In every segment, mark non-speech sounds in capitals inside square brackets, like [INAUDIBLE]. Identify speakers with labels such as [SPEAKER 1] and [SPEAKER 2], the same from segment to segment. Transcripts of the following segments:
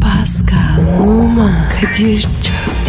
[SPEAKER 1] Pascal, Oman, Kadir çok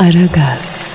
[SPEAKER 1] Aragaz,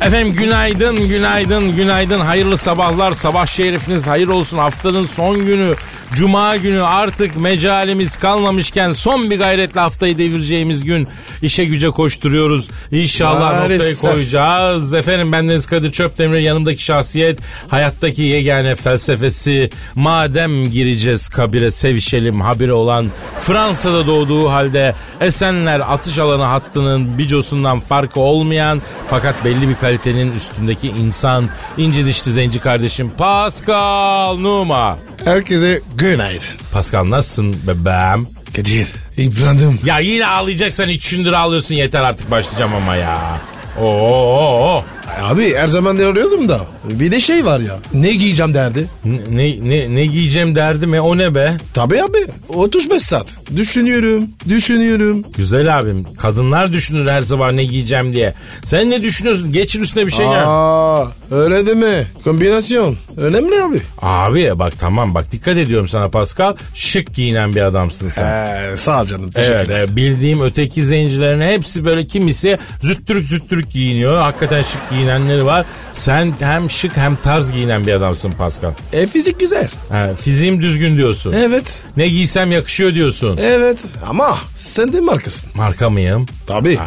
[SPEAKER 2] Efendim günaydın, günaydın, günaydın. Hayırlı sabahlar, sabah şerifiniz hayır olsun. Haftanın son günü, cuma günü artık mecalimiz kalmamışken son bir gayretle haftayı devireceğimiz gün işe güce koşturuyoruz. İnşallah noktayı
[SPEAKER 3] Maalesef.
[SPEAKER 2] koyacağız. Efendim bendeniz Kadir Çöptemir, yanımdaki şahsiyet, hayattaki yegane felsefesi. Madem gireceğiz kabire sevişelim habire olan Fransa'da doğduğu halde Esenler atış alanı hattının bicosundan farkı olmayan fakat belli bir kalitenin üstündeki insan inci dişli zenci kardeşim Pascal Numa.
[SPEAKER 3] Herkese günaydın.
[SPEAKER 2] Pascal nasılsın bebeğim?
[SPEAKER 3] Kadir. İbrahim.
[SPEAKER 2] Ya yine ağlayacaksan hiç şündür ağlıyorsun yeter artık başlayacağım ama ya. Oo.
[SPEAKER 3] Abi her zaman de arıyordum da. Bir de şey var ya. Ne giyeceğim derdi.
[SPEAKER 2] Ne, ne, ne giyeceğim derdim e o ne be?
[SPEAKER 3] Tabii abi. 35 saat. Düşünüyorum. Düşünüyorum.
[SPEAKER 2] Güzel abim kadınlar düşünür her sabah ne giyeceğim diye. Sen ne düşünüyorsun? Geçir üstüne bir şey gel.
[SPEAKER 3] Aa, öyle deme. Kombinasyon. Önemli abi.
[SPEAKER 2] Abi bak tamam bak dikkat ediyorum sana Pascal. Şık giyinen bir adamsın sen.
[SPEAKER 3] Ee, sağ ol canım.
[SPEAKER 2] Evet,
[SPEAKER 3] teşekkürler.
[SPEAKER 2] e, bildiğim öteki zencilerin hepsi böyle kimisi züttürük züttürük giyiniyor. Hakikaten şık giyinenleri var. Sen hem şık hem tarz giyinen bir adamsın Pascal.
[SPEAKER 3] E, fizik güzel.
[SPEAKER 2] Ha, fiziğim düzgün diyorsun.
[SPEAKER 3] E? Evet.
[SPEAKER 2] Ne giysem yakışıyor diyorsun.
[SPEAKER 3] Evet. Ama sen de markasın.
[SPEAKER 2] Marka mıyım?
[SPEAKER 3] Tabii.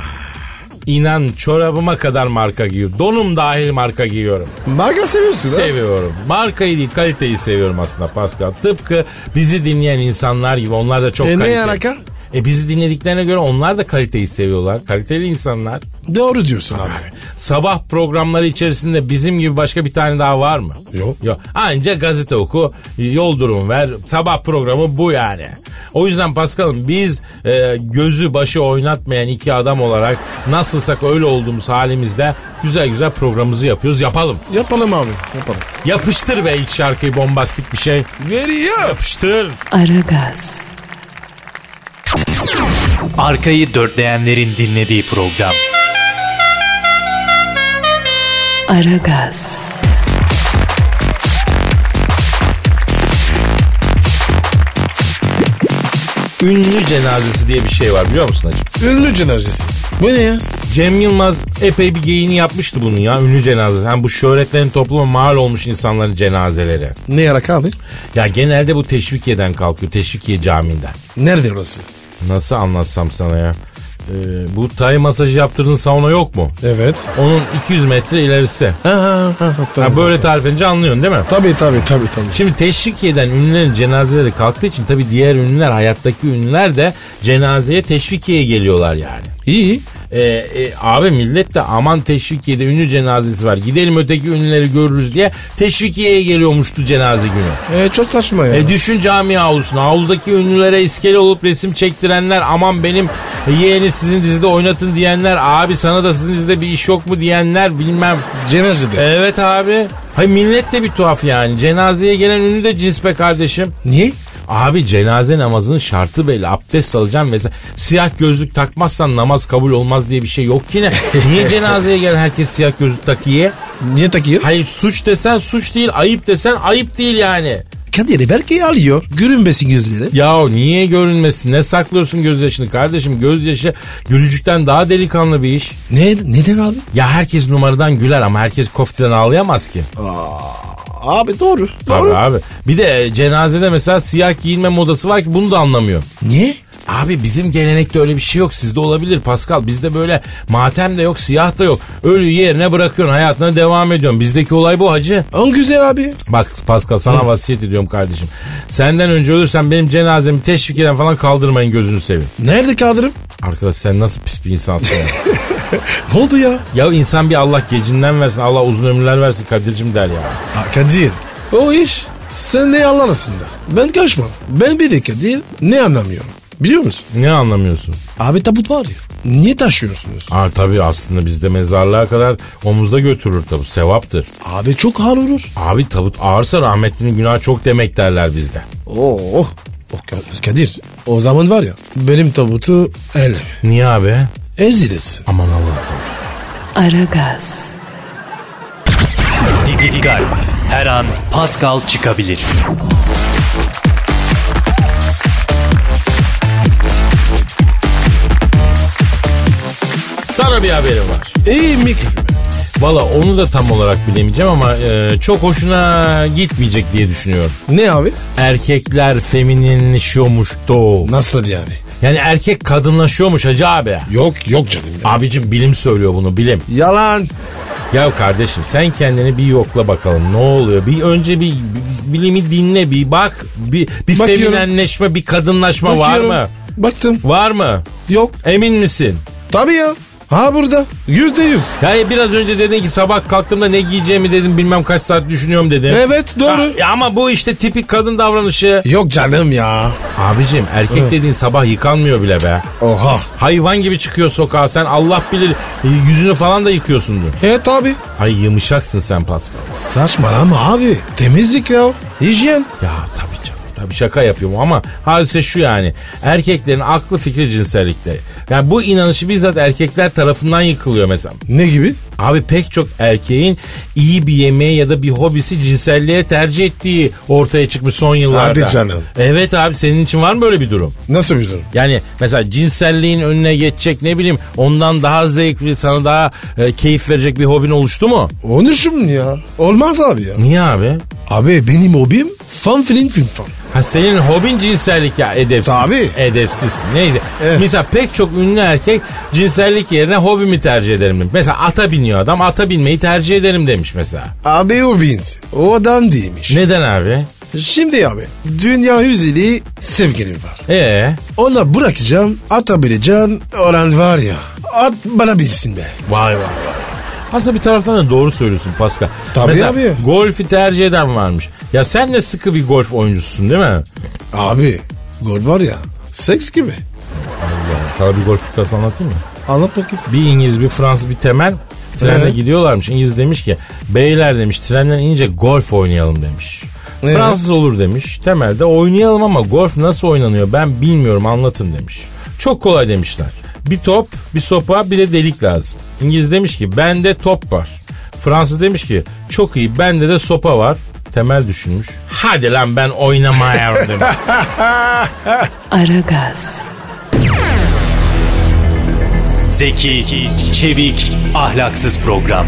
[SPEAKER 2] İnan çorabıma kadar marka giyiyorum. Donum dahil marka giyiyorum.
[SPEAKER 3] Marka seviyorsun ha?
[SPEAKER 2] Seviyorum. Markayı değil kaliteyi seviyorum aslında Pascal. Tıpkı bizi dinleyen insanlar gibi onlar da çok
[SPEAKER 3] E, ne
[SPEAKER 2] kaliteli.
[SPEAKER 3] alaka?
[SPEAKER 2] E bizi dinlediklerine göre onlar da kaliteyi seviyorlar. Kaliteli insanlar.
[SPEAKER 3] Doğru diyorsun abi.
[SPEAKER 2] Sabah programları içerisinde bizim gibi başka bir tane daha var mı?
[SPEAKER 3] Yok.
[SPEAKER 2] Yok. Anca gazete oku, yol durumu ver. Sabah programı bu yani. O yüzden Paskal'ım biz e, gözü başı oynatmayan iki adam olarak nasılsak öyle olduğumuz halimizde güzel güzel programımızı yapıyoruz. Yapalım.
[SPEAKER 3] Yapalım abi. Yapalım.
[SPEAKER 2] Yapıştır be ilk şarkıyı bombastik bir şey.
[SPEAKER 3] Veriyor.
[SPEAKER 2] Yapıştır.
[SPEAKER 1] Aragaz,
[SPEAKER 4] Arkayı dörtleyenlerin dinlediği program.
[SPEAKER 1] Aragaz,
[SPEAKER 2] Ünlü cenazesi diye bir şey var biliyor musun hacı?
[SPEAKER 3] Ünlü cenazesi. Bu ne ya?
[SPEAKER 2] Cem Yılmaz epey bir geyini yapmıştı bunun ya ünlü cenazesi. Hem bu şöhretlerin topluma mal olmuş insanların cenazeleri.
[SPEAKER 3] Ne yarak abi?
[SPEAKER 2] Ya genelde bu Teşvikiye'den kalkıyor. Teşvikiye Camii'nden.
[SPEAKER 3] Nerede orası?
[SPEAKER 2] Nasıl anlatsam sana ya? Ee, bu tay masajı yaptırdığın sauna yok mu?
[SPEAKER 3] Evet.
[SPEAKER 2] Onun 200 metre ilerisi.
[SPEAKER 3] Ha ha ha. ha,
[SPEAKER 2] Ha,
[SPEAKER 3] tamam.
[SPEAKER 2] böyle tarif edince anlıyorsun değil mi?
[SPEAKER 3] Tabii tabii tabii tabii.
[SPEAKER 2] Şimdi teşvikiye'den ünlülerin cenazeleri kalktığı için tabii diğer ünlüler hayattaki ünlüler de cenazeye teşvikiyeye geliyorlar yani.
[SPEAKER 3] İyi.
[SPEAKER 2] Ee, e, abi millet de aman teşvikiyede ünlü cenazesi var gidelim öteki ünlüleri görürüz diye teşvikiyeye geliyormuştu cenaze günü.
[SPEAKER 3] E, çok saçma ya.
[SPEAKER 2] E düşün cami avlusuna. Avludaki ünlülere iskele olup resim çektirenler aman benim yeğeni sizin dizide oynatın diyenler abi sana da sizin dizide bir iş yok mu diyenler bilmem.
[SPEAKER 3] Cenazede.
[SPEAKER 2] Evet abi. Hayır millet de bir tuhaf yani. Cenazeye gelen ünlü de cins be kardeşim.
[SPEAKER 3] Niye?
[SPEAKER 2] Abi cenaze namazının şartı belli. Abdest alacağım vesaire. Siyah gözlük takmazsan namaz kabul olmaz diye bir şey yok ki ne? Niye cenazeye gelen herkes siyah gözlük takıyor?
[SPEAKER 3] Niye takıyor?
[SPEAKER 2] Hayır suç desen suç değil, ayıp desen ayıp değil yani.
[SPEAKER 3] Kadir'i belki alıyor. Görünmesin gözleri.
[SPEAKER 2] Ya niye görünmesin? Ne saklıyorsun gözyaşını kardeşim? Gözyaşı gülücükten daha delikanlı bir iş.
[SPEAKER 3] Ne, neden abi?
[SPEAKER 2] Ya herkes numaradan güler ama herkes koftiden ağlayamaz ki.
[SPEAKER 3] Abi doğru.
[SPEAKER 2] Tabii abi. Bir de e, cenazede mesela siyah giyinme modası var ki bunu da anlamıyor.
[SPEAKER 3] Niye?
[SPEAKER 2] Abi bizim gelenekte öyle bir şey yok. Sizde olabilir Pascal. Bizde böyle matem de yok, siyah da yok. Ölü yerine bırakıyorsun, hayatına devam ediyorsun. Bizdeki olay bu hacı.
[SPEAKER 3] On güzel abi.
[SPEAKER 2] Bak Pascal sana vasiyet ediyorum kardeşim. Senden önce ölürsen benim cenazemi teşvik eden falan kaldırmayın gözünü seveyim.
[SPEAKER 3] Nerede Kadir'im?
[SPEAKER 2] Arkadaş sen nasıl pis bir insansın ya.
[SPEAKER 3] Ne oldu ya?
[SPEAKER 2] ya insan bir Allah gecinden versin, Allah uzun ömürler versin Kadir'cim der ya.
[SPEAKER 3] Ha, Kadir. O iş sen ne yalan aslında. Ben kaçmam. Ben bir dakika değil ne anlamıyorum. Biliyor musun?
[SPEAKER 2] Ne anlamıyorsun?
[SPEAKER 3] Abi tabut var ya. Niye taşıyorsunuz?
[SPEAKER 2] Aa tabii aslında bizde mezarlığa kadar omuzda götürür tabu sevaptır.
[SPEAKER 3] Abi çok hal olur.
[SPEAKER 2] Abi tabut ağırsa rahmetlinin günahı çok demek derler bizde.
[SPEAKER 3] Oo. O Ka- Oh, Kadir o zaman var ya benim tabutu el
[SPEAKER 2] Niye abi?
[SPEAKER 3] ezilirsin.
[SPEAKER 2] Aman Allah.
[SPEAKER 1] Aragaz,
[SPEAKER 4] Didi Digal. Her an Pascal çıkabilir.
[SPEAKER 2] Sana bir haberim var.
[SPEAKER 3] İyi mikrofon.
[SPEAKER 2] Valla onu da tam olarak bilemeyeceğim ama e, çok hoşuna gitmeyecek diye düşünüyorum.
[SPEAKER 3] Ne abi?
[SPEAKER 2] Erkekler femininleşiyormuş doğu.
[SPEAKER 3] Nasıl yani?
[SPEAKER 2] Yani erkek kadınlaşıyormuş hacı abi.
[SPEAKER 3] Yok yok canım. ya.
[SPEAKER 2] Abicim bilim söylüyor bunu bilim.
[SPEAKER 3] Yalan.
[SPEAKER 2] Ya kardeşim sen kendini bir yokla bakalım ne oluyor? Bir önce bir, bir bilimi dinle bir bak. Bir, bir
[SPEAKER 3] Bakıyorum.
[SPEAKER 2] feminenleşme bir kadınlaşma
[SPEAKER 3] Bakıyorum.
[SPEAKER 2] var mı?
[SPEAKER 3] Baktım.
[SPEAKER 2] Var mı?
[SPEAKER 3] Yok.
[SPEAKER 2] Emin misin?
[SPEAKER 3] Tabii ya. Ha burada. Yüzde yüz.
[SPEAKER 2] Yani biraz önce dedin ki sabah kalktığımda ne giyeceğimi dedim bilmem kaç saat düşünüyorum dedin.
[SPEAKER 3] Evet, doğru.
[SPEAKER 2] E, Ha, Ya, ama bu işte tipik kadın davranışı.
[SPEAKER 3] Yok canım ya.
[SPEAKER 2] Abicim erkek dediğin sabah yıkanmıyor bile be.
[SPEAKER 3] Oha.
[SPEAKER 2] Hayvan gibi çıkıyor sokağa sen Allah bilir e, yüzünü falan da yıkıyorsundur.
[SPEAKER 3] Evet abi.
[SPEAKER 2] Ay yumuşaksın sen Pascal.
[SPEAKER 3] Saçmalama abi. Temizlik ya. Hijyen.
[SPEAKER 2] Ya tabii canım. Tabii şaka yapıyorum ama hadise şu yani. Erkeklerin aklı fikri cinsellikte. Yani bu inanışı bizzat erkekler tarafından yıkılıyor mesela.
[SPEAKER 3] Ne gibi?
[SPEAKER 2] Abi pek çok erkeğin iyi bir yemeği ya da bir hobisi cinselliğe tercih ettiği ortaya çıkmış son yıllarda.
[SPEAKER 3] Hadi canım.
[SPEAKER 2] Evet abi senin için var mı böyle bir durum?
[SPEAKER 3] Nasıl bir durum?
[SPEAKER 2] Yani mesela cinselliğin önüne geçecek ne bileyim ondan daha zevkli sana daha e, keyif verecek bir hobin oluştu mu?
[SPEAKER 3] Onu şimdi ya. Olmaz abi ya.
[SPEAKER 2] Niye abi?
[SPEAKER 3] Abi benim hobim fan filin film fan.
[SPEAKER 2] Ha senin hobin cinsellik ya edepsiz.
[SPEAKER 3] Tabii.
[SPEAKER 2] Edepsiz. Neyse.
[SPEAKER 3] Evet.
[SPEAKER 2] Mesela pek çok ünlü erkek cinsellik yerine hobimi tercih ederim demiş. Mesela ata biniyor adam ata binmeyi tercih ederim demiş mesela.
[SPEAKER 3] Abi o Vince. O adam değilmiş.
[SPEAKER 2] Neden abi?
[SPEAKER 3] Şimdi abi. Dünya yüzeli sevgilim var.
[SPEAKER 2] Ee
[SPEAKER 3] Ona bırakacağım. Ata bineceğim. Oran var ya. At bana bilsin be.
[SPEAKER 2] vay vay vay. Aslında bir taraftan da doğru söylüyorsun Pascal.
[SPEAKER 3] Tabii
[SPEAKER 2] Mesela
[SPEAKER 3] abi.
[SPEAKER 2] golfi tercih eden varmış. Ya sen de sıkı bir golf oyuncususun değil mi?
[SPEAKER 3] Abi. Gol var ya. Seks gibi.
[SPEAKER 2] Allah, sana bir golf fıkrası anlatayım mı?
[SPEAKER 3] Anlat bakayım.
[SPEAKER 2] Bir İngiliz bir Fransız bir temel trenle
[SPEAKER 3] Evet.
[SPEAKER 2] gidiyorlarmış. İngiliz demiş ki beyler demiş trenden inince golf oynayalım demiş.
[SPEAKER 3] Evet.
[SPEAKER 2] Fransız olur demiş. Temelde oynayalım ama golf nasıl oynanıyor ben bilmiyorum anlatın demiş. Çok kolay demişler. Bir top, bir sopa, bir de delik lazım. İngiliz demiş ki bende top var. Fransız demiş ki çok iyi bende de sopa var. Temel düşünmüş. Hadi lan
[SPEAKER 3] [LAUGHS]
[SPEAKER 2] ben oynamaya demiş.
[SPEAKER 1] Aragaz,
[SPEAKER 4] Zeki, çevik, ahlaksız program.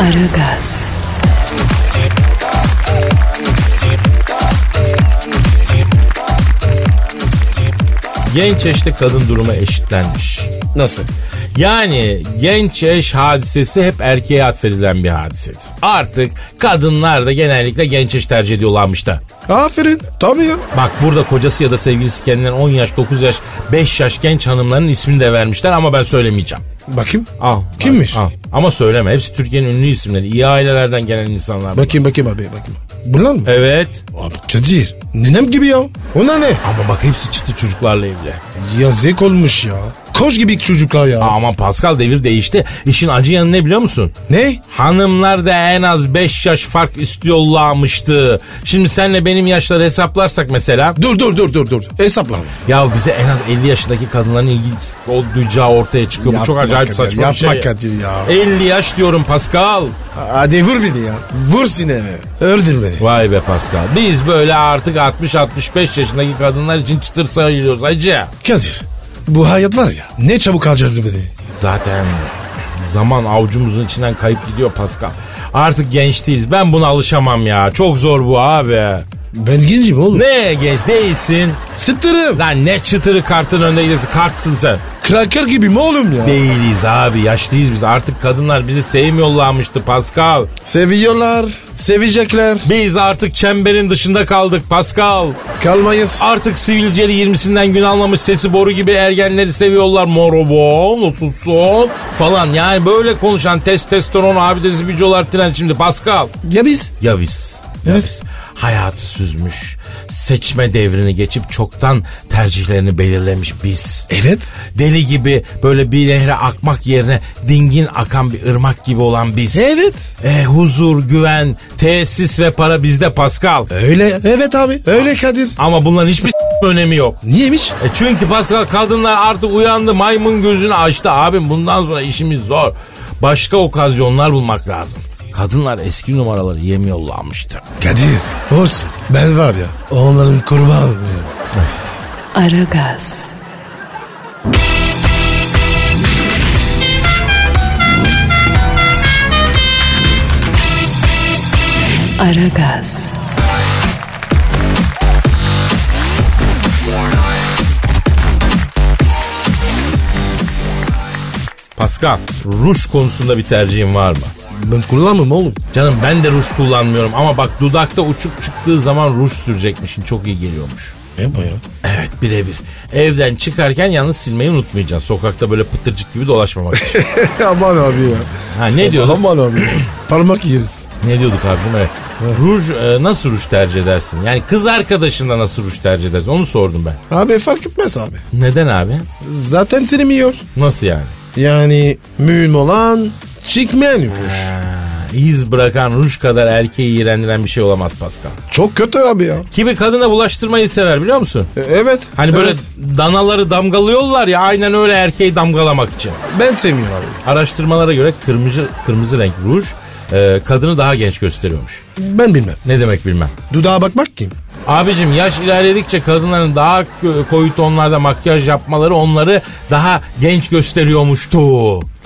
[SPEAKER 1] Aragaz,
[SPEAKER 2] Genç yaşta kadın durumu eşitlenmiş.
[SPEAKER 3] Nasıl?
[SPEAKER 2] Yani genç eş hadisesi hep erkeğe atfedilen bir hadisedir. Artık kadınlar da genellikle genç eş tercih ediyorlarmış da.
[SPEAKER 3] Aferin. Tabii ya.
[SPEAKER 2] Bak burada kocası ya da sevgilisi kendinden 10 yaş, 9 yaş, 5 yaş genç hanımların ismini de vermişler ama ben söylemeyeceğim.
[SPEAKER 3] Bakayım.
[SPEAKER 2] Al.
[SPEAKER 3] Kimmiş?
[SPEAKER 2] Al. Ama söyleme. Hepsi Türkiye'nin ünlü isimleri. İyi ailelerden gelen insanlar.
[SPEAKER 3] Bakayım bakayım abi bakayım. Bunlar mı?
[SPEAKER 2] Evet.
[SPEAKER 3] Abi Kadir. Nenem gibi ya. Ona ne?
[SPEAKER 2] Ama bak hepsi çıtı çocuklarla evli.
[SPEAKER 3] Yazık olmuş ya. Koş gibi çocuklar ya.
[SPEAKER 2] Ama Pascal devir değişti. İşin acı yanı ne biliyor musun?
[SPEAKER 3] Ne?
[SPEAKER 2] Hanımlar da en az 5 yaş fark istiyorlarmıştı. Şimdi senle benim yaşları hesaplarsak mesela.
[SPEAKER 3] Dur dur dur dur dur. Hesaplama.
[SPEAKER 2] Ya bize en az 50 yaşındaki kadınların ilgi o duyacağı ortaya çıkıyor. Bu çok
[SPEAKER 3] Yapma
[SPEAKER 2] acayip
[SPEAKER 3] Kadir,
[SPEAKER 2] saçma bir şey.
[SPEAKER 3] yapma Kadir ya.
[SPEAKER 2] 50 yaş diyorum Pascal.
[SPEAKER 3] Hadi vur beni ya. Vur sineme. Öldür beni.
[SPEAKER 2] Vay be Pascal. Biz böyle artık 60-65 yaşındaki kadınlar için çıtır sayılıyoruz acı.
[SPEAKER 3] Kadir. Bu hayat var ya. Ne çabuk harcadı beni.
[SPEAKER 2] Zaten zaman avucumuzun içinden kayıp gidiyor Pascal. Artık genç değiliz. Ben buna alışamam ya. Çok zor bu abi.
[SPEAKER 3] Ben gencim oğlum.
[SPEAKER 2] Ne genç değilsin.
[SPEAKER 3] Sıtırım.
[SPEAKER 2] Lan ne çıtırı kartın önünde gidiyorsun. Kartsın sen.
[SPEAKER 3] Kraker gibi mi oğlum ya?
[SPEAKER 2] Değiliz abi. Yaşlıyız biz. Artık kadınlar bizi sevmiyorlarmıştı Pascal.
[SPEAKER 3] Seviyorlar. Sevecekler.
[SPEAKER 2] Biz artık çemberin dışında kaldık Pascal.
[SPEAKER 3] Kalmayız.
[SPEAKER 2] Artık sivilceli 20'sinden gün almamış sesi boru gibi ergenleri seviyorlar. Morobo, nasılsın falan. Yani böyle konuşan testosteron abidesi bücüyorlar tren şimdi Pascal.
[SPEAKER 3] Ya biz?
[SPEAKER 2] Ya biz? Ya biz hayatı süzmüş, seçme devrini geçip çoktan tercihlerini belirlemiş biz.
[SPEAKER 3] Evet.
[SPEAKER 2] Deli gibi böyle bir nehre akmak yerine dingin akan bir ırmak gibi olan biz.
[SPEAKER 3] Evet.
[SPEAKER 2] E, huzur, güven, tesis ve para bizde Pascal.
[SPEAKER 3] Öyle. Evet abi. Öyle Kadir.
[SPEAKER 2] Ama bunların hiçbir önemi yok.
[SPEAKER 3] Niyemiş?
[SPEAKER 2] E çünkü Pascal kadınlar artık uyandı maymun gözünü açtı abim bundan sonra işimiz zor. Başka okazyonlar bulmak lazım. Kadınlar eski numaraları yemiyorlarmıştı.
[SPEAKER 3] Kadir. Olsun. Ben var ya. Onların kurbanı. olayım.
[SPEAKER 1] Aragaz, Aragaz,
[SPEAKER 2] Pascal, ruj konusunda bir tercihin var mı?
[SPEAKER 3] Ben kullanmam oğlum.
[SPEAKER 2] Canım ben de ruj kullanmıyorum ama bak dudakta uçuk çıktığı zaman ruj sürecekmişin çok iyi geliyormuş.
[SPEAKER 3] Yapma ya.
[SPEAKER 2] Evet birebir. Evden çıkarken yalnız silmeyi unutmayacaksın. Sokakta böyle pıtırcık gibi dolaşmamak için.
[SPEAKER 3] Aman abi ya. [LAUGHS]
[SPEAKER 2] Ha ne diyorduk?
[SPEAKER 3] Aman abi. ya. [CLEARS THROAT] Parmak yeriz.
[SPEAKER 2] Ne diyorduk abicim? Evet. Ruj e, nasıl ruj tercih edersin? Yani kız arkadaşında nasıl ruj tercih edersin? Onu sordum ben.
[SPEAKER 3] Abi fark etmez abi.
[SPEAKER 2] Neden abi?
[SPEAKER 3] Zaten silmiyor.
[SPEAKER 2] Nasıl yani?
[SPEAKER 3] Yani mühim olan çıkmayan yürüyüş.
[SPEAKER 2] Ha, İz bırakan ruj kadar erkeği iğrendiren bir şey olamaz Pascal.
[SPEAKER 3] Çok kötü abi ya.
[SPEAKER 2] Kimi kadına bulaştırmayı sever biliyor musun?
[SPEAKER 3] E, Evet.
[SPEAKER 2] Hani böyle
[SPEAKER 3] Evet.
[SPEAKER 2] danaları damgalıyorlar ya aynen öyle erkeği damgalamak için.
[SPEAKER 3] Ben sevmiyorum abi.
[SPEAKER 2] Araştırmalara göre kırmızı kırmızı renk ruj e, kadını daha genç gösteriyormuş.
[SPEAKER 3] Ben bilmem.
[SPEAKER 2] Ne demek bilmem.
[SPEAKER 3] Dudağa bakmak kim?
[SPEAKER 2] Abicim yaş ilerledikçe kadınların daha k- koyu tonlarda makyaj yapmaları onları daha genç gösteriyormuştu.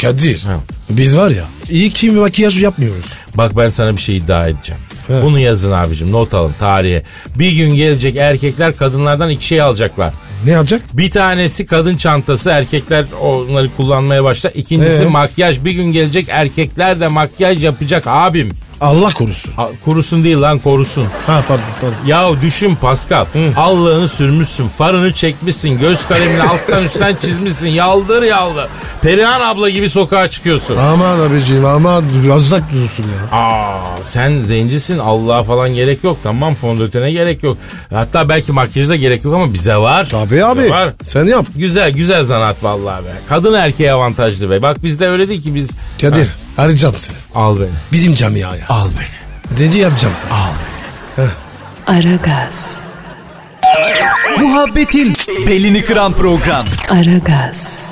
[SPEAKER 3] Kadir.
[SPEAKER 2] Ha.
[SPEAKER 3] Biz var ya iyi ki makyaj yapmıyoruz.
[SPEAKER 2] Bak ben sana bir şey iddia edeceğim.
[SPEAKER 3] He.
[SPEAKER 2] Bunu yazın abicim not alın tarihe. Bir gün gelecek erkekler kadınlardan iki şey alacaklar.
[SPEAKER 3] Ne yapacak?
[SPEAKER 2] Bir tanesi kadın çantası erkekler onları kullanmaya başlar. İkincisi
[SPEAKER 3] Ee?
[SPEAKER 2] makyaj bir gün gelecek erkekler de makyaj yapacak abim.
[SPEAKER 3] Allah korusun.
[SPEAKER 2] A- Kurusun değil lan korusun.
[SPEAKER 3] Ha pardon pardon.
[SPEAKER 2] Ya düşün Pascal. Allığını sürmüşsün, farını çekmişsin, göz kalemini alttan üstten çizmişsin. Yaldır yaldır. Perihan abla gibi sokağa çıkıyorsun.
[SPEAKER 3] Aman abiciğim aman biraz uzak durursun ya.
[SPEAKER 2] Aa, sen zencisin Allah'a falan gerek yok tamam fondötene gerek yok. Hatta belki makyaja da gerek yok ama bize var.
[SPEAKER 3] Tabii abi.
[SPEAKER 2] Bize var.
[SPEAKER 3] Sen yap.
[SPEAKER 2] Güzel güzel zanaat vallahi be. Kadın erkeğe avantajlı be. Bak bizde öyle değil ki biz.
[SPEAKER 3] Kadir
[SPEAKER 2] Ha,
[SPEAKER 3] arayacağım seni.
[SPEAKER 2] al beni.
[SPEAKER 3] Bizim camiaya.
[SPEAKER 2] Al beni.
[SPEAKER 3] Zenci yapacağım seni.
[SPEAKER 2] Al beni.
[SPEAKER 1] Aragaz,
[SPEAKER 4] Muhabbetin belini kıran program.
[SPEAKER 1] Aragaz,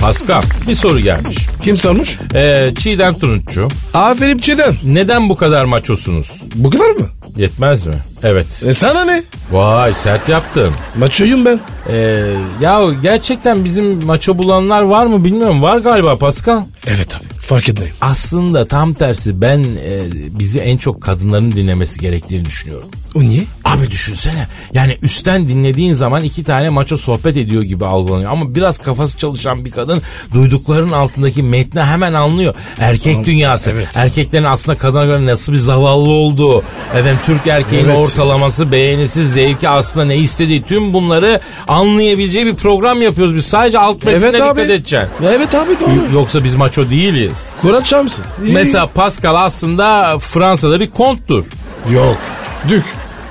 [SPEAKER 2] Pascal bir soru gelmiş.
[SPEAKER 3] Kim sormuş?
[SPEAKER 2] Ee, Çiğdem Tunutçu.
[SPEAKER 3] Aferin Çiğdem.
[SPEAKER 2] Neden bu kadar maçosunuz?
[SPEAKER 3] Bu kadar mı?
[SPEAKER 2] Yetmez mi? Evet.
[SPEAKER 3] E sana ne?
[SPEAKER 2] Vay sert yaptın.
[SPEAKER 3] Maçoyum ben.
[SPEAKER 2] Ee, ya gerçekten bizim maço bulanlar var mı bilmiyorum. Var galiba Pascal.
[SPEAKER 3] Evet abi fark etmeyim.
[SPEAKER 2] Aslında tam tersi ben e, bizi en çok kadınların dinlemesi gerektiğini düşünüyorum.
[SPEAKER 3] O niye?
[SPEAKER 2] Abi düşünsene yani üstten dinlediğin zaman iki tane maço sohbet ediyor gibi algılanıyor. Ama biraz kafası çalışan bir kadın duyduklarının altındaki metni hemen anlıyor. Erkek dünyası. Erkeklerin aslında kadına göre nasıl bir zavallı olduğu. Efendim Türk erkeğinin
[SPEAKER 3] Evet.
[SPEAKER 2] ortalaması, beğenisi, zevki aslında ne istediği tüm bunları anlayabileceği bir program yapıyoruz. Biz sadece alt metnine
[SPEAKER 3] Evet
[SPEAKER 2] dikkat
[SPEAKER 3] abi.
[SPEAKER 2] edeceksin.
[SPEAKER 3] Evet abi doğru.
[SPEAKER 2] Yoksa biz maço değiliz.
[SPEAKER 3] Kurat Şamsın.
[SPEAKER 2] Mesela Pascal aslında Fransa'da bir konttur.
[SPEAKER 3] Yok. Dük.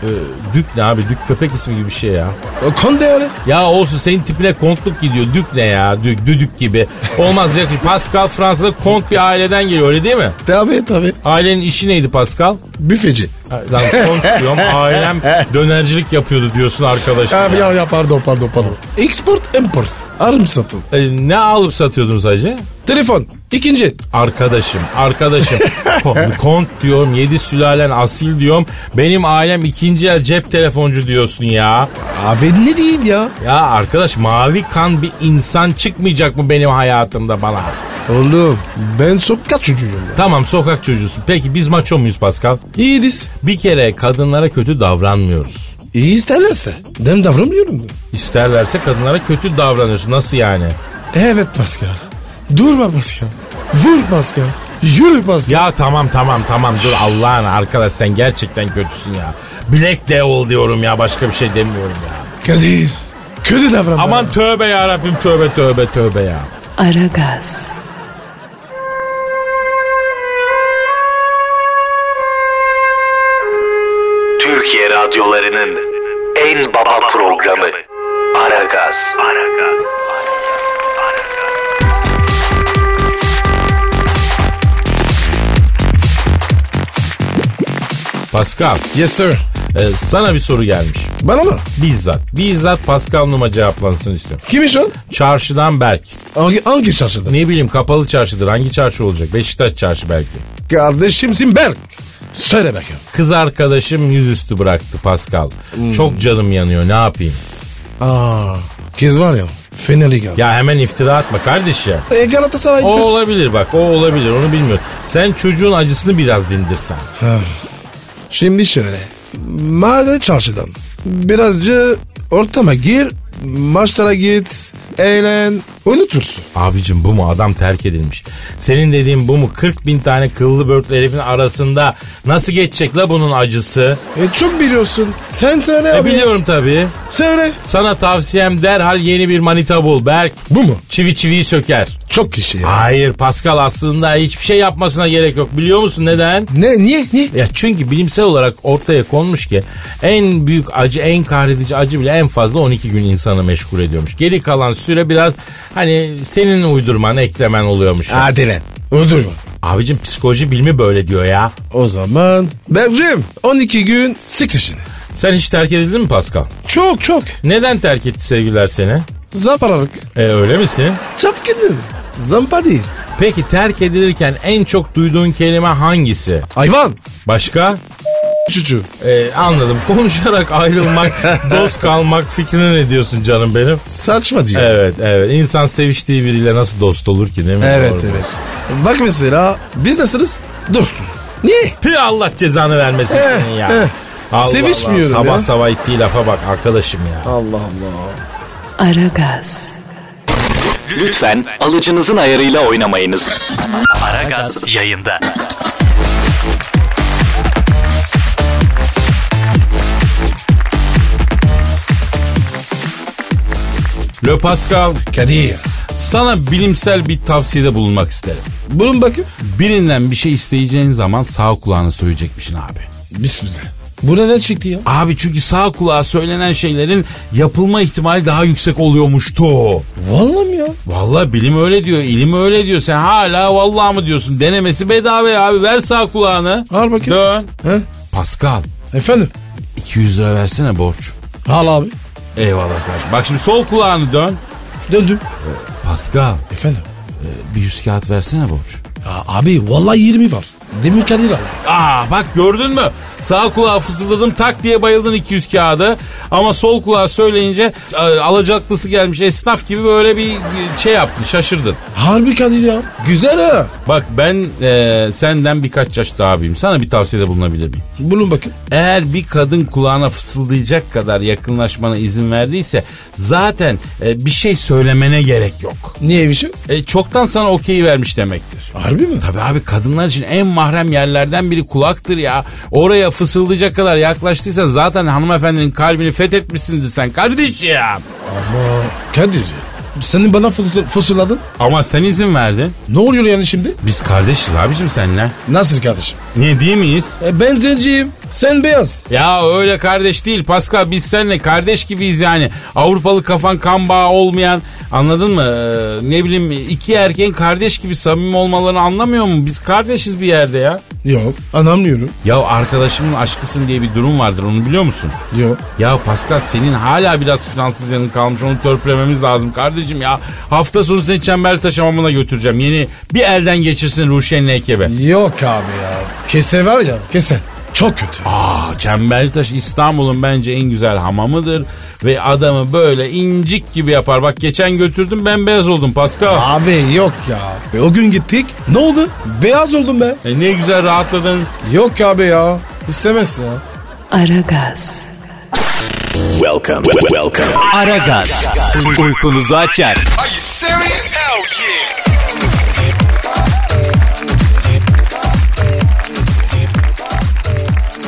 [SPEAKER 2] Ee, Dük ne abi? Dük köpek ismi gibi bir şey ya.
[SPEAKER 3] O konde öyle.
[SPEAKER 2] Ya olsun senin tipine kontluk gidiyor. Dük ne ya? Dük, düdük gibi. Olmaz yakın. Pascal Fransa'da kont bir aileden geliyor öyle değil mi?
[SPEAKER 3] Tabii tabii.
[SPEAKER 2] Ailenin işi neydi Pascal?
[SPEAKER 3] Büfeci.
[SPEAKER 2] Ha, Lan kont diyorum ailem dönercilik yapıyordu diyorsun arkadaşım.
[SPEAKER 3] Abi
[SPEAKER 2] ya.
[SPEAKER 3] ya, ya pardon pardon pardon. Export import. Arım satın.
[SPEAKER 2] Ee, ne alıp satıyordunuz hacı?
[SPEAKER 3] Telefon. İkinci.
[SPEAKER 2] Arkadaşım, arkadaşım. Ko- Kont diyorum, yedi sülalen asil diyorum. Benim ailem ikinci el cep telefoncu diyorsun ya.
[SPEAKER 3] Abi ne diyeyim ya?
[SPEAKER 2] Ya arkadaş mavi kan bir insan çıkmayacak mı benim hayatımda bana?
[SPEAKER 3] Oğlum ben sokak çocuğuyum ya.
[SPEAKER 2] Tamam sokak çocuğusun. Peki biz maço muyuz Pascal?
[SPEAKER 3] İyiyiz.
[SPEAKER 2] Bir kere kadınlara kötü davranmıyoruz.
[SPEAKER 3] İyi isterlerse. Ben davranmıyorum.
[SPEAKER 2] İsterlerse kadınlara kötü davranıyorsun. Nasıl yani?
[SPEAKER 3] Evet Pascal. Durma Pascal. Vur Pascal. Yürü Pascal.
[SPEAKER 2] Ya tamam tamam tamam dur Allah'ın arkadaş sen gerçekten kötüsün ya. Black Devil diyorum ya başka bir şey demiyorum ya.
[SPEAKER 3] Kadir. Kötü davranma.
[SPEAKER 2] Aman tövbe ya Rabbim tövbe tövbe tövbe ya.
[SPEAKER 1] Aragaz, Aragaz,
[SPEAKER 5] Türkiye radyolarının en baba programı Aragaz.
[SPEAKER 2] Pascal
[SPEAKER 3] Yes sir.
[SPEAKER 2] e, sana bir soru gelmiş.
[SPEAKER 3] Bana mı?
[SPEAKER 2] Bizzat. Bizzat Pascal Numa cevaplansın istiyorum.
[SPEAKER 3] Kimmiş o?
[SPEAKER 2] Çarşıdan Berk.
[SPEAKER 3] Hangi, hangi çarşıda?
[SPEAKER 2] Ne bileyim kapalı çarşıdır. Hangi çarşı olacak? Beşiktaş çarşı belki.
[SPEAKER 3] Kardeşimsin Berk. Söyle bakayım.
[SPEAKER 2] Kız arkadaşım yüzüstü bıraktı Pascal. Çok canım yanıyor ne yapayım?
[SPEAKER 3] Aa, kız var ya. Fenerli geldi.
[SPEAKER 2] Ya hemen iftira atma kardeş ya.
[SPEAKER 3] E, Galatasaray.
[SPEAKER 2] O olabilir bak o olabilir onu bilmiyorum. Sen çocuğun acısını biraz dindirsen.
[SPEAKER 3] Şimdi şöyle. Madem çarşıdan. Birazcık ortama gir. Maçlara git. Eğlen. Unutursun.
[SPEAKER 2] Abicim bu mu adam terk edilmiş. Senin dediğin bu mu 40 bin tane kıllı börtlü herifin arasında nasıl geçecek la bunun acısı?
[SPEAKER 3] E, çok biliyorsun. Sen söyle
[SPEAKER 2] E
[SPEAKER 3] abi.
[SPEAKER 2] biliyorum tabii.
[SPEAKER 3] Söyle.
[SPEAKER 2] Sana tavsiyem derhal yeni bir manita bul Berk.
[SPEAKER 3] Bu mu?
[SPEAKER 2] Çivi çiviyi söker.
[SPEAKER 3] Çok kişi ya.
[SPEAKER 2] Hayır Pascal aslında hiçbir şey yapmasına gerek yok. Biliyor musun neden?
[SPEAKER 3] Ne? Niye? Niye?
[SPEAKER 2] Ya çünkü bilimsel olarak ortaya konmuş ki en büyük acı, en kahredici acı bile en fazla 12 gün insanı meşgul ediyormuş. Geri kalan süre biraz hani senin uydurman, eklemen oluyormuş.
[SPEAKER 3] Hadi lan. Uydurma.
[SPEAKER 2] Abicim psikoloji bilimi böyle diyor ya.
[SPEAKER 3] O zaman Berk'cim 12 gün sik dişini.
[SPEAKER 2] Sen hiç terk edildin mi Pascal?
[SPEAKER 3] Çok çok.
[SPEAKER 2] Neden terk etti sevgiler seni?
[SPEAKER 3] Zamparalık.
[SPEAKER 2] E öyle misin?
[SPEAKER 3] Çapkınlık. Zampa değil.
[SPEAKER 2] Peki terk edilirken en çok duyduğun kelime hangisi?
[SPEAKER 3] Hayvan.
[SPEAKER 2] Başka?
[SPEAKER 3] Çocuğu.
[SPEAKER 2] E, anladım. Konuşarak ayrılmak, dost kalmak fikrine ne diyorsun canım benim?
[SPEAKER 3] Saçma diyor.
[SPEAKER 2] Evet evet. İnsan seviştiği biriyle nasıl dost olur ki değil mi?
[SPEAKER 3] Evet
[SPEAKER 2] Doğru.
[SPEAKER 3] evet. Bak mesela biz nasılız? Dostuz. Niye?
[SPEAKER 2] Pi Allah cezanı vermesin
[SPEAKER 3] Eh,
[SPEAKER 2] senin ya.
[SPEAKER 3] eh.
[SPEAKER 2] Allah
[SPEAKER 3] Sevişmiyorum
[SPEAKER 2] Allah. Sabah
[SPEAKER 3] ya.
[SPEAKER 2] sabah ettiği lafa bak arkadaşım ya.
[SPEAKER 1] Aragaz,
[SPEAKER 5] Lütfen alıcınızın ayarıyla oynamayınız. Aragaz yayında.
[SPEAKER 2] Le Pascal
[SPEAKER 3] Kadir.
[SPEAKER 2] sana bilimsel bir tavsiyede bulunmak isterim.
[SPEAKER 3] Bunun bakın.
[SPEAKER 2] Birinden bir şey isteyeceğin zaman sağ kulağını söyleyecekmişsin abi.
[SPEAKER 3] Bismillah. Bu neden çıktı ya?
[SPEAKER 2] Abi çünkü sağ kulağa söylenen şeylerin yapılma ihtimali daha yüksek oluyormuştu.
[SPEAKER 3] Vallahi mi ya?
[SPEAKER 2] Vallahi bilim öyle diyor, ilim öyle diyor. Sen hala vallahi mı diyorsun? Denemesi bedava ya abi. Ver sağ kulağını.
[SPEAKER 3] Al bakayım.
[SPEAKER 2] Dön.
[SPEAKER 3] He?
[SPEAKER 2] Pascal.
[SPEAKER 3] Efendim?
[SPEAKER 2] 200 lira versene borç.
[SPEAKER 3] Al abi.
[SPEAKER 2] Eyvallah kardeşim. Bak şimdi sol kulağını dön.
[SPEAKER 3] Döndüm.
[SPEAKER 2] Pascal
[SPEAKER 3] Efendim?
[SPEAKER 2] e, bir yüz kağıt versene borç.
[SPEAKER 3] Ya abi vallahi 20 var. Demin Kadir abi.
[SPEAKER 2] Aa bak gördün mü? Sağ kulağa fısıldadım tak diye bayıldın 200 kağıda. Ama sol kulağa söyleyince e, alacaklısı gelmiş esnaf gibi böyle bir e, şey yaptın şaşırdın.
[SPEAKER 3] Harbi Kadir ya. Güzel ha.
[SPEAKER 2] Bak ben e, senden birkaç yaş daha büyüğüm. Sana bir tavsiyede bulunabilir miyim?
[SPEAKER 3] Bulun bakın.
[SPEAKER 2] Eğer bir kadın kulağına fısıldayacak kadar yakınlaşmana izin verdiyse zaten e, bir şey söylemene gerek yok.
[SPEAKER 3] Niye bir şey?
[SPEAKER 2] E, çoktan sana okeyi vermiş demektir.
[SPEAKER 3] Harbi mi?
[SPEAKER 2] Tabii abi kadınlar için en mahrem yerlerden biri kulaktır ya. Oraya fısıldayacak kadar yaklaştıysan zaten hanımefendinin kalbini fethetmişsindir sen kardeşim.
[SPEAKER 3] Ama Kadir. Senin bana fıs- fısıldadın.
[SPEAKER 2] Ama sen izin verdin.
[SPEAKER 3] Ne oluyor yani şimdi?
[SPEAKER 2] Biz kardeşiz abicim seninle.
[SPEAKER 3] Nasıl kardeşim?
[SPEAKER 2] Niye değil miyiz?
[SPEAKER 3] E ben zenciyim. Sen beyaz.
[SPEAKER 2] Ya öyle kardeş değil Pascal biz seninle kardeş gibiyiz yani. Avrupalı kafan kan bağı olmayan anladın mı? Ee, ne bileyim iki erkeğin kardeş gibi samimi olmalarını anlamıyor mu? Biz kardeşiz bir yerde ya.
[SPEAKER 3] Yok. Anlamıyorum.
[SPEAKER 2] Ya arkadaşımın aşkısın diye bir durum vardır onu biliyor musun?
[SPEAKER 3] Yok.
[SPEAKER 2] Ya Pascal senin hala biraz Fransız yanın kalmış onu törpülememiz lazım kardeşim ya. Hafta sonu seni çember taşamamına götüreceğim. Yeni bir elden geçirsin Ruşen'in ekibi.
[SPEAKER 3] Yok abi ya. Kese var ya. Kese. Çok kötü.
[SPEAKER 2] Aa, Çemberlitaş İstanbul'un bence en güzel hamamıdır. Ve adamı böyle incik gibi yapar. Bak geçen götürdüm ben beyaz oldum Pascal.
[SPEAKER 3] Abi yok ya. E, o gün gittik. Ne oldu? Beyaz oldum be.
[SPEAKER 2] E, ne güzel rahatladın.
[SPEAKER 3] Yok abi ya. İstemez ya.
[SPEAKER 1] Aragaz,
[SPEAKER 5] Welcome. Welcome.
[SPEAKER 4] Aragaz. Uykunuzu açar.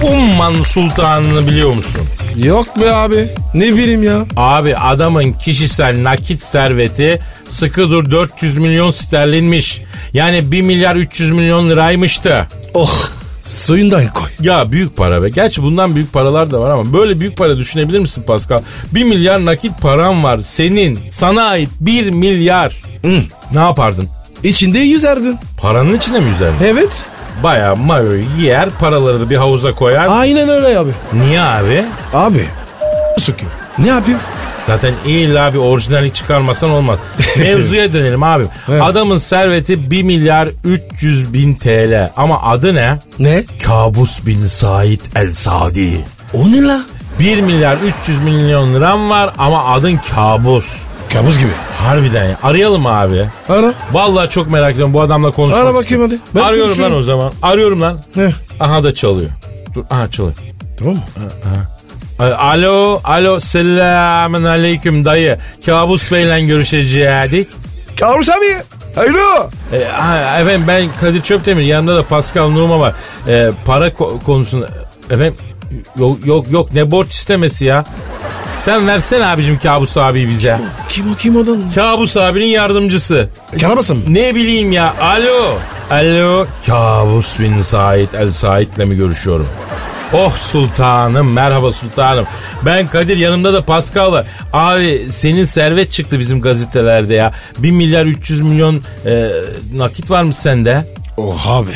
[SPEAKER 2] Umman Sultanı'nı biliyor musun?
[SPEAKER 3] Yok be abi. Ne bileyim ya.
[SPEAKER 2] Abi adamın kişisel nakit serveti Sıkı dur 400 milyon sterlinmiş. Yani 1 milyar 300 milyon liraymıştı.
[SPEAKER 3] Oh suyundan koy.
[SPEAKER 2] Ya büyük para be. Gerçi bundan büyük paralar da var ama böyle büyük para düşünebilir misin Pascal? 1 milyar nakit param var. Senin, sana ait 1 milyar.
[SPEAKER 3] Hı.
[SPEAKER 2] Ne yapardın?
[SPEAKER 3] İçinde yüzerdin.
[SPEAKER 2] Paranın içine mi yüzerdin?
[SPEAKER 3] Evet.
[SPEAKER 2] Bayağı mayoyu giyer, paraları da bir havuza koyar.
[SPEAKER 3] Aynen öyle abi.
[SPEAKER 2] Niye abi?
[SPEAKER 3] Abi. [LAUGHS] Sokuyor. Ne yapayım?
[SPEAKER 2] Zaten illa bir orijinallik
[SPEAKER 3] [LAUGHS]
[SPEAKER 2] çıkarmasan olmaz. Mevzuya dönelim abim.
[SPEAKER 3] Evet.
[SPEAKER 2] Adamın serveti 1 milyar 300 bin TL. Ama adı ne?
[SPEAKER 3] Ne?
[SPEAKER 2] Kabus bin Said El Sadi.
[SPEAKER 3] O ne la?
[SPEAKER 2] 1 milyar 300 milyon liram var ama adın kabus.
[SPEAKER 3] Kabus gibi.
[SPEAKER 2] Harbiden ya. Arayalım abi.
[SPEAKER 3] Ara.
[SPEAKER 2] Vallahi çok merak ediyorum bu adamla konuşmak
[SPEAKER 3] Ara bakayım
[SPEAKER 2] istiyorum.
[SPEAKER 3] hadi. Ben
[SPEAKER 2] Arıyorum lan
[SPEAKER 3] konuşuyorum.
[SPEAKER 2] o zaman. Arıyorum lan.
[SPEAKER 3] Ne?
[SPEAKER 2] Aha da çalıyor. Dur aha çalıyor.
[SPEAKER 3] Tamam mı?
[SPEAKER 2] A- Alo, alo, selamın aleyküm dayı. Kabus Bey'le görüşecektik.
[SPEAKER 3] Kabus abi. Alo.
[SPEAKER 2] E, ha, efendim ben Kadir Çöptemir, yanımda da Pascal Numa var. E, para ko- konusunda... Efendim yok, yok yok ne borç istemesi ya. Sen versene abicim Kabus abi bize.
[SPEAKER 3] Kim o kim adam?
[SPEAKER 2] Kabus abinin yardımcısı.
[SPEAKER 3] Karabasan mı?
[SPEAKER 2] Ne bileyim ya. Alo. Alo. Kabus bin Said El Said'le mi görüşüyorum? Oh sultanım merhaba sultanım. Ben Kadir yanımda da Pascal var. Abi senin servet çıktı bizim gazetelerde ya. 1 milyar 300 milyon e, nakit var mı sende?
[SPEAKER 3] Oha be.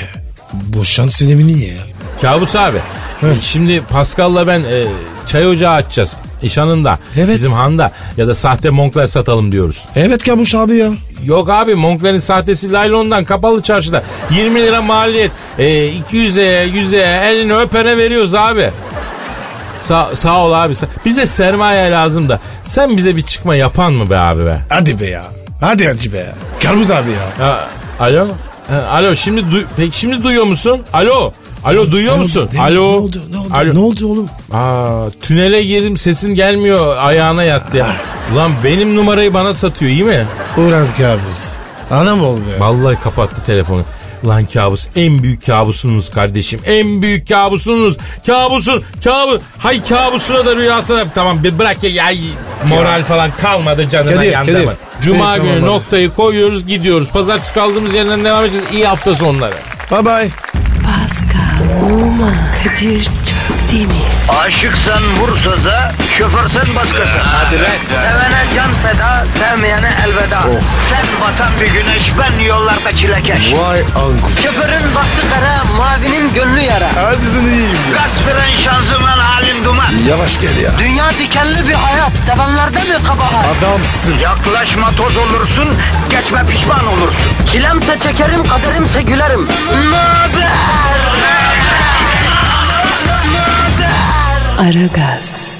[SPEAKER 3] Bu şans mi niye ya?
[SPEAKER 2] Kabus abi. e, Şimdi Pascal'la ben e, çay ocağı açacağız. İş anında.
[SPEAKER 3] Evet.
[SPEAKER 2] Bizim handa. Ya da sahte monklar satalım diyoruz.
[SPEAKER 3] Evet Kabus abi ya.
[SPEAKER 2] Yok abi Moncler'in sahtesi laylondan kapalı çarşıda. 20 lira maliyet. E, 200'e 100'e elini öpene veriyoruz abi. Sa- sağ ol abi. Sa- bize sermaye lazım da. Sen bize bir çıkma yapan mı be abi be?
[SPEAKER 3] Hadi be ya. Hadi hadi be. Kabus abi ya.
[SPEAKER 2] Ha, alo? Ha, E, alo şimdi du- peki şimdi duyuyor musun? Alo? Alo duyuyor musun?
[SPEAKER 3] Ne-
[SPEAKER 2] Alo?
[SPEAKER 3] Ne oldu? Ne oldu?
[SPEAKER 2] Alo.
[SPEAKER 3] Ne oldu oğlum?
[SPEAKER 2] Aa, tünele girdim sesin gelmiyor ayağına yattı ya. Ulan benim numarayı bana satıyor iyi mi?
[SPEAKER 3] Uğran kabus. Anam oldu be.
[SPEAKER 2] Vallahi kapattı telefonu. Lan kabus en büyük kabusunuz kardeşim. En büyük kabusunuz. Kabusun kabus. Hay kabusuna da rüyasına. Tamam bir bırak ya. Ay, moral falan kalmadı canına
[SPEAKER 3] Kadir,
[SPEAKER 2] yandı
[SPEAKER 3] Kadir.
[SPEAKER 2] ama. Cuma
[SPEAKER 3] Evet,
[SPEAKER 2] günü
[SPEAKER 3] tamam,
[SPEAKER 2] noktayı koyuyoruz gidiyoruz. Pazartesi kaldığımız yerden devam edeceğiz. İyi hafta sonları.
[SPEAKER 3] Bye bye.
[SPEAKER 1] Pascal, Oman, Kadir çok değil mi?
[SPEAKER 6] Aşıksan vursa da, şoförsen başkasın. Hadi
[SPEAKER 2] lan.
[SPEAKER 6] Sevene can feda, sevmeyene elveda. Sen batan bir güneş, ben yollarda çilekeş.
[SPEAKER 3] Vay anku.
[SPEAKER 6] Şoförün baktı kara, mavinin gönlü yara.
[SPEAKER 3] Hadi sen iyiyim ya.
[SPEAKER 6] Kasperen şanzıman halin duman.
[SPEAKER 3] Yavaş gel ya.
[SPEAKER 6] Dünya dikenli bir hayat, sevenlerde mi kabahar?
[SPEAKER 3] Adamsın.
[SPEAKER 6] Yaklaşma toz olursun, geçme pişman olursun. Çilemse çekerim, kaderimse gülerim. Möber!
[SPEAKER 1] Aragaz.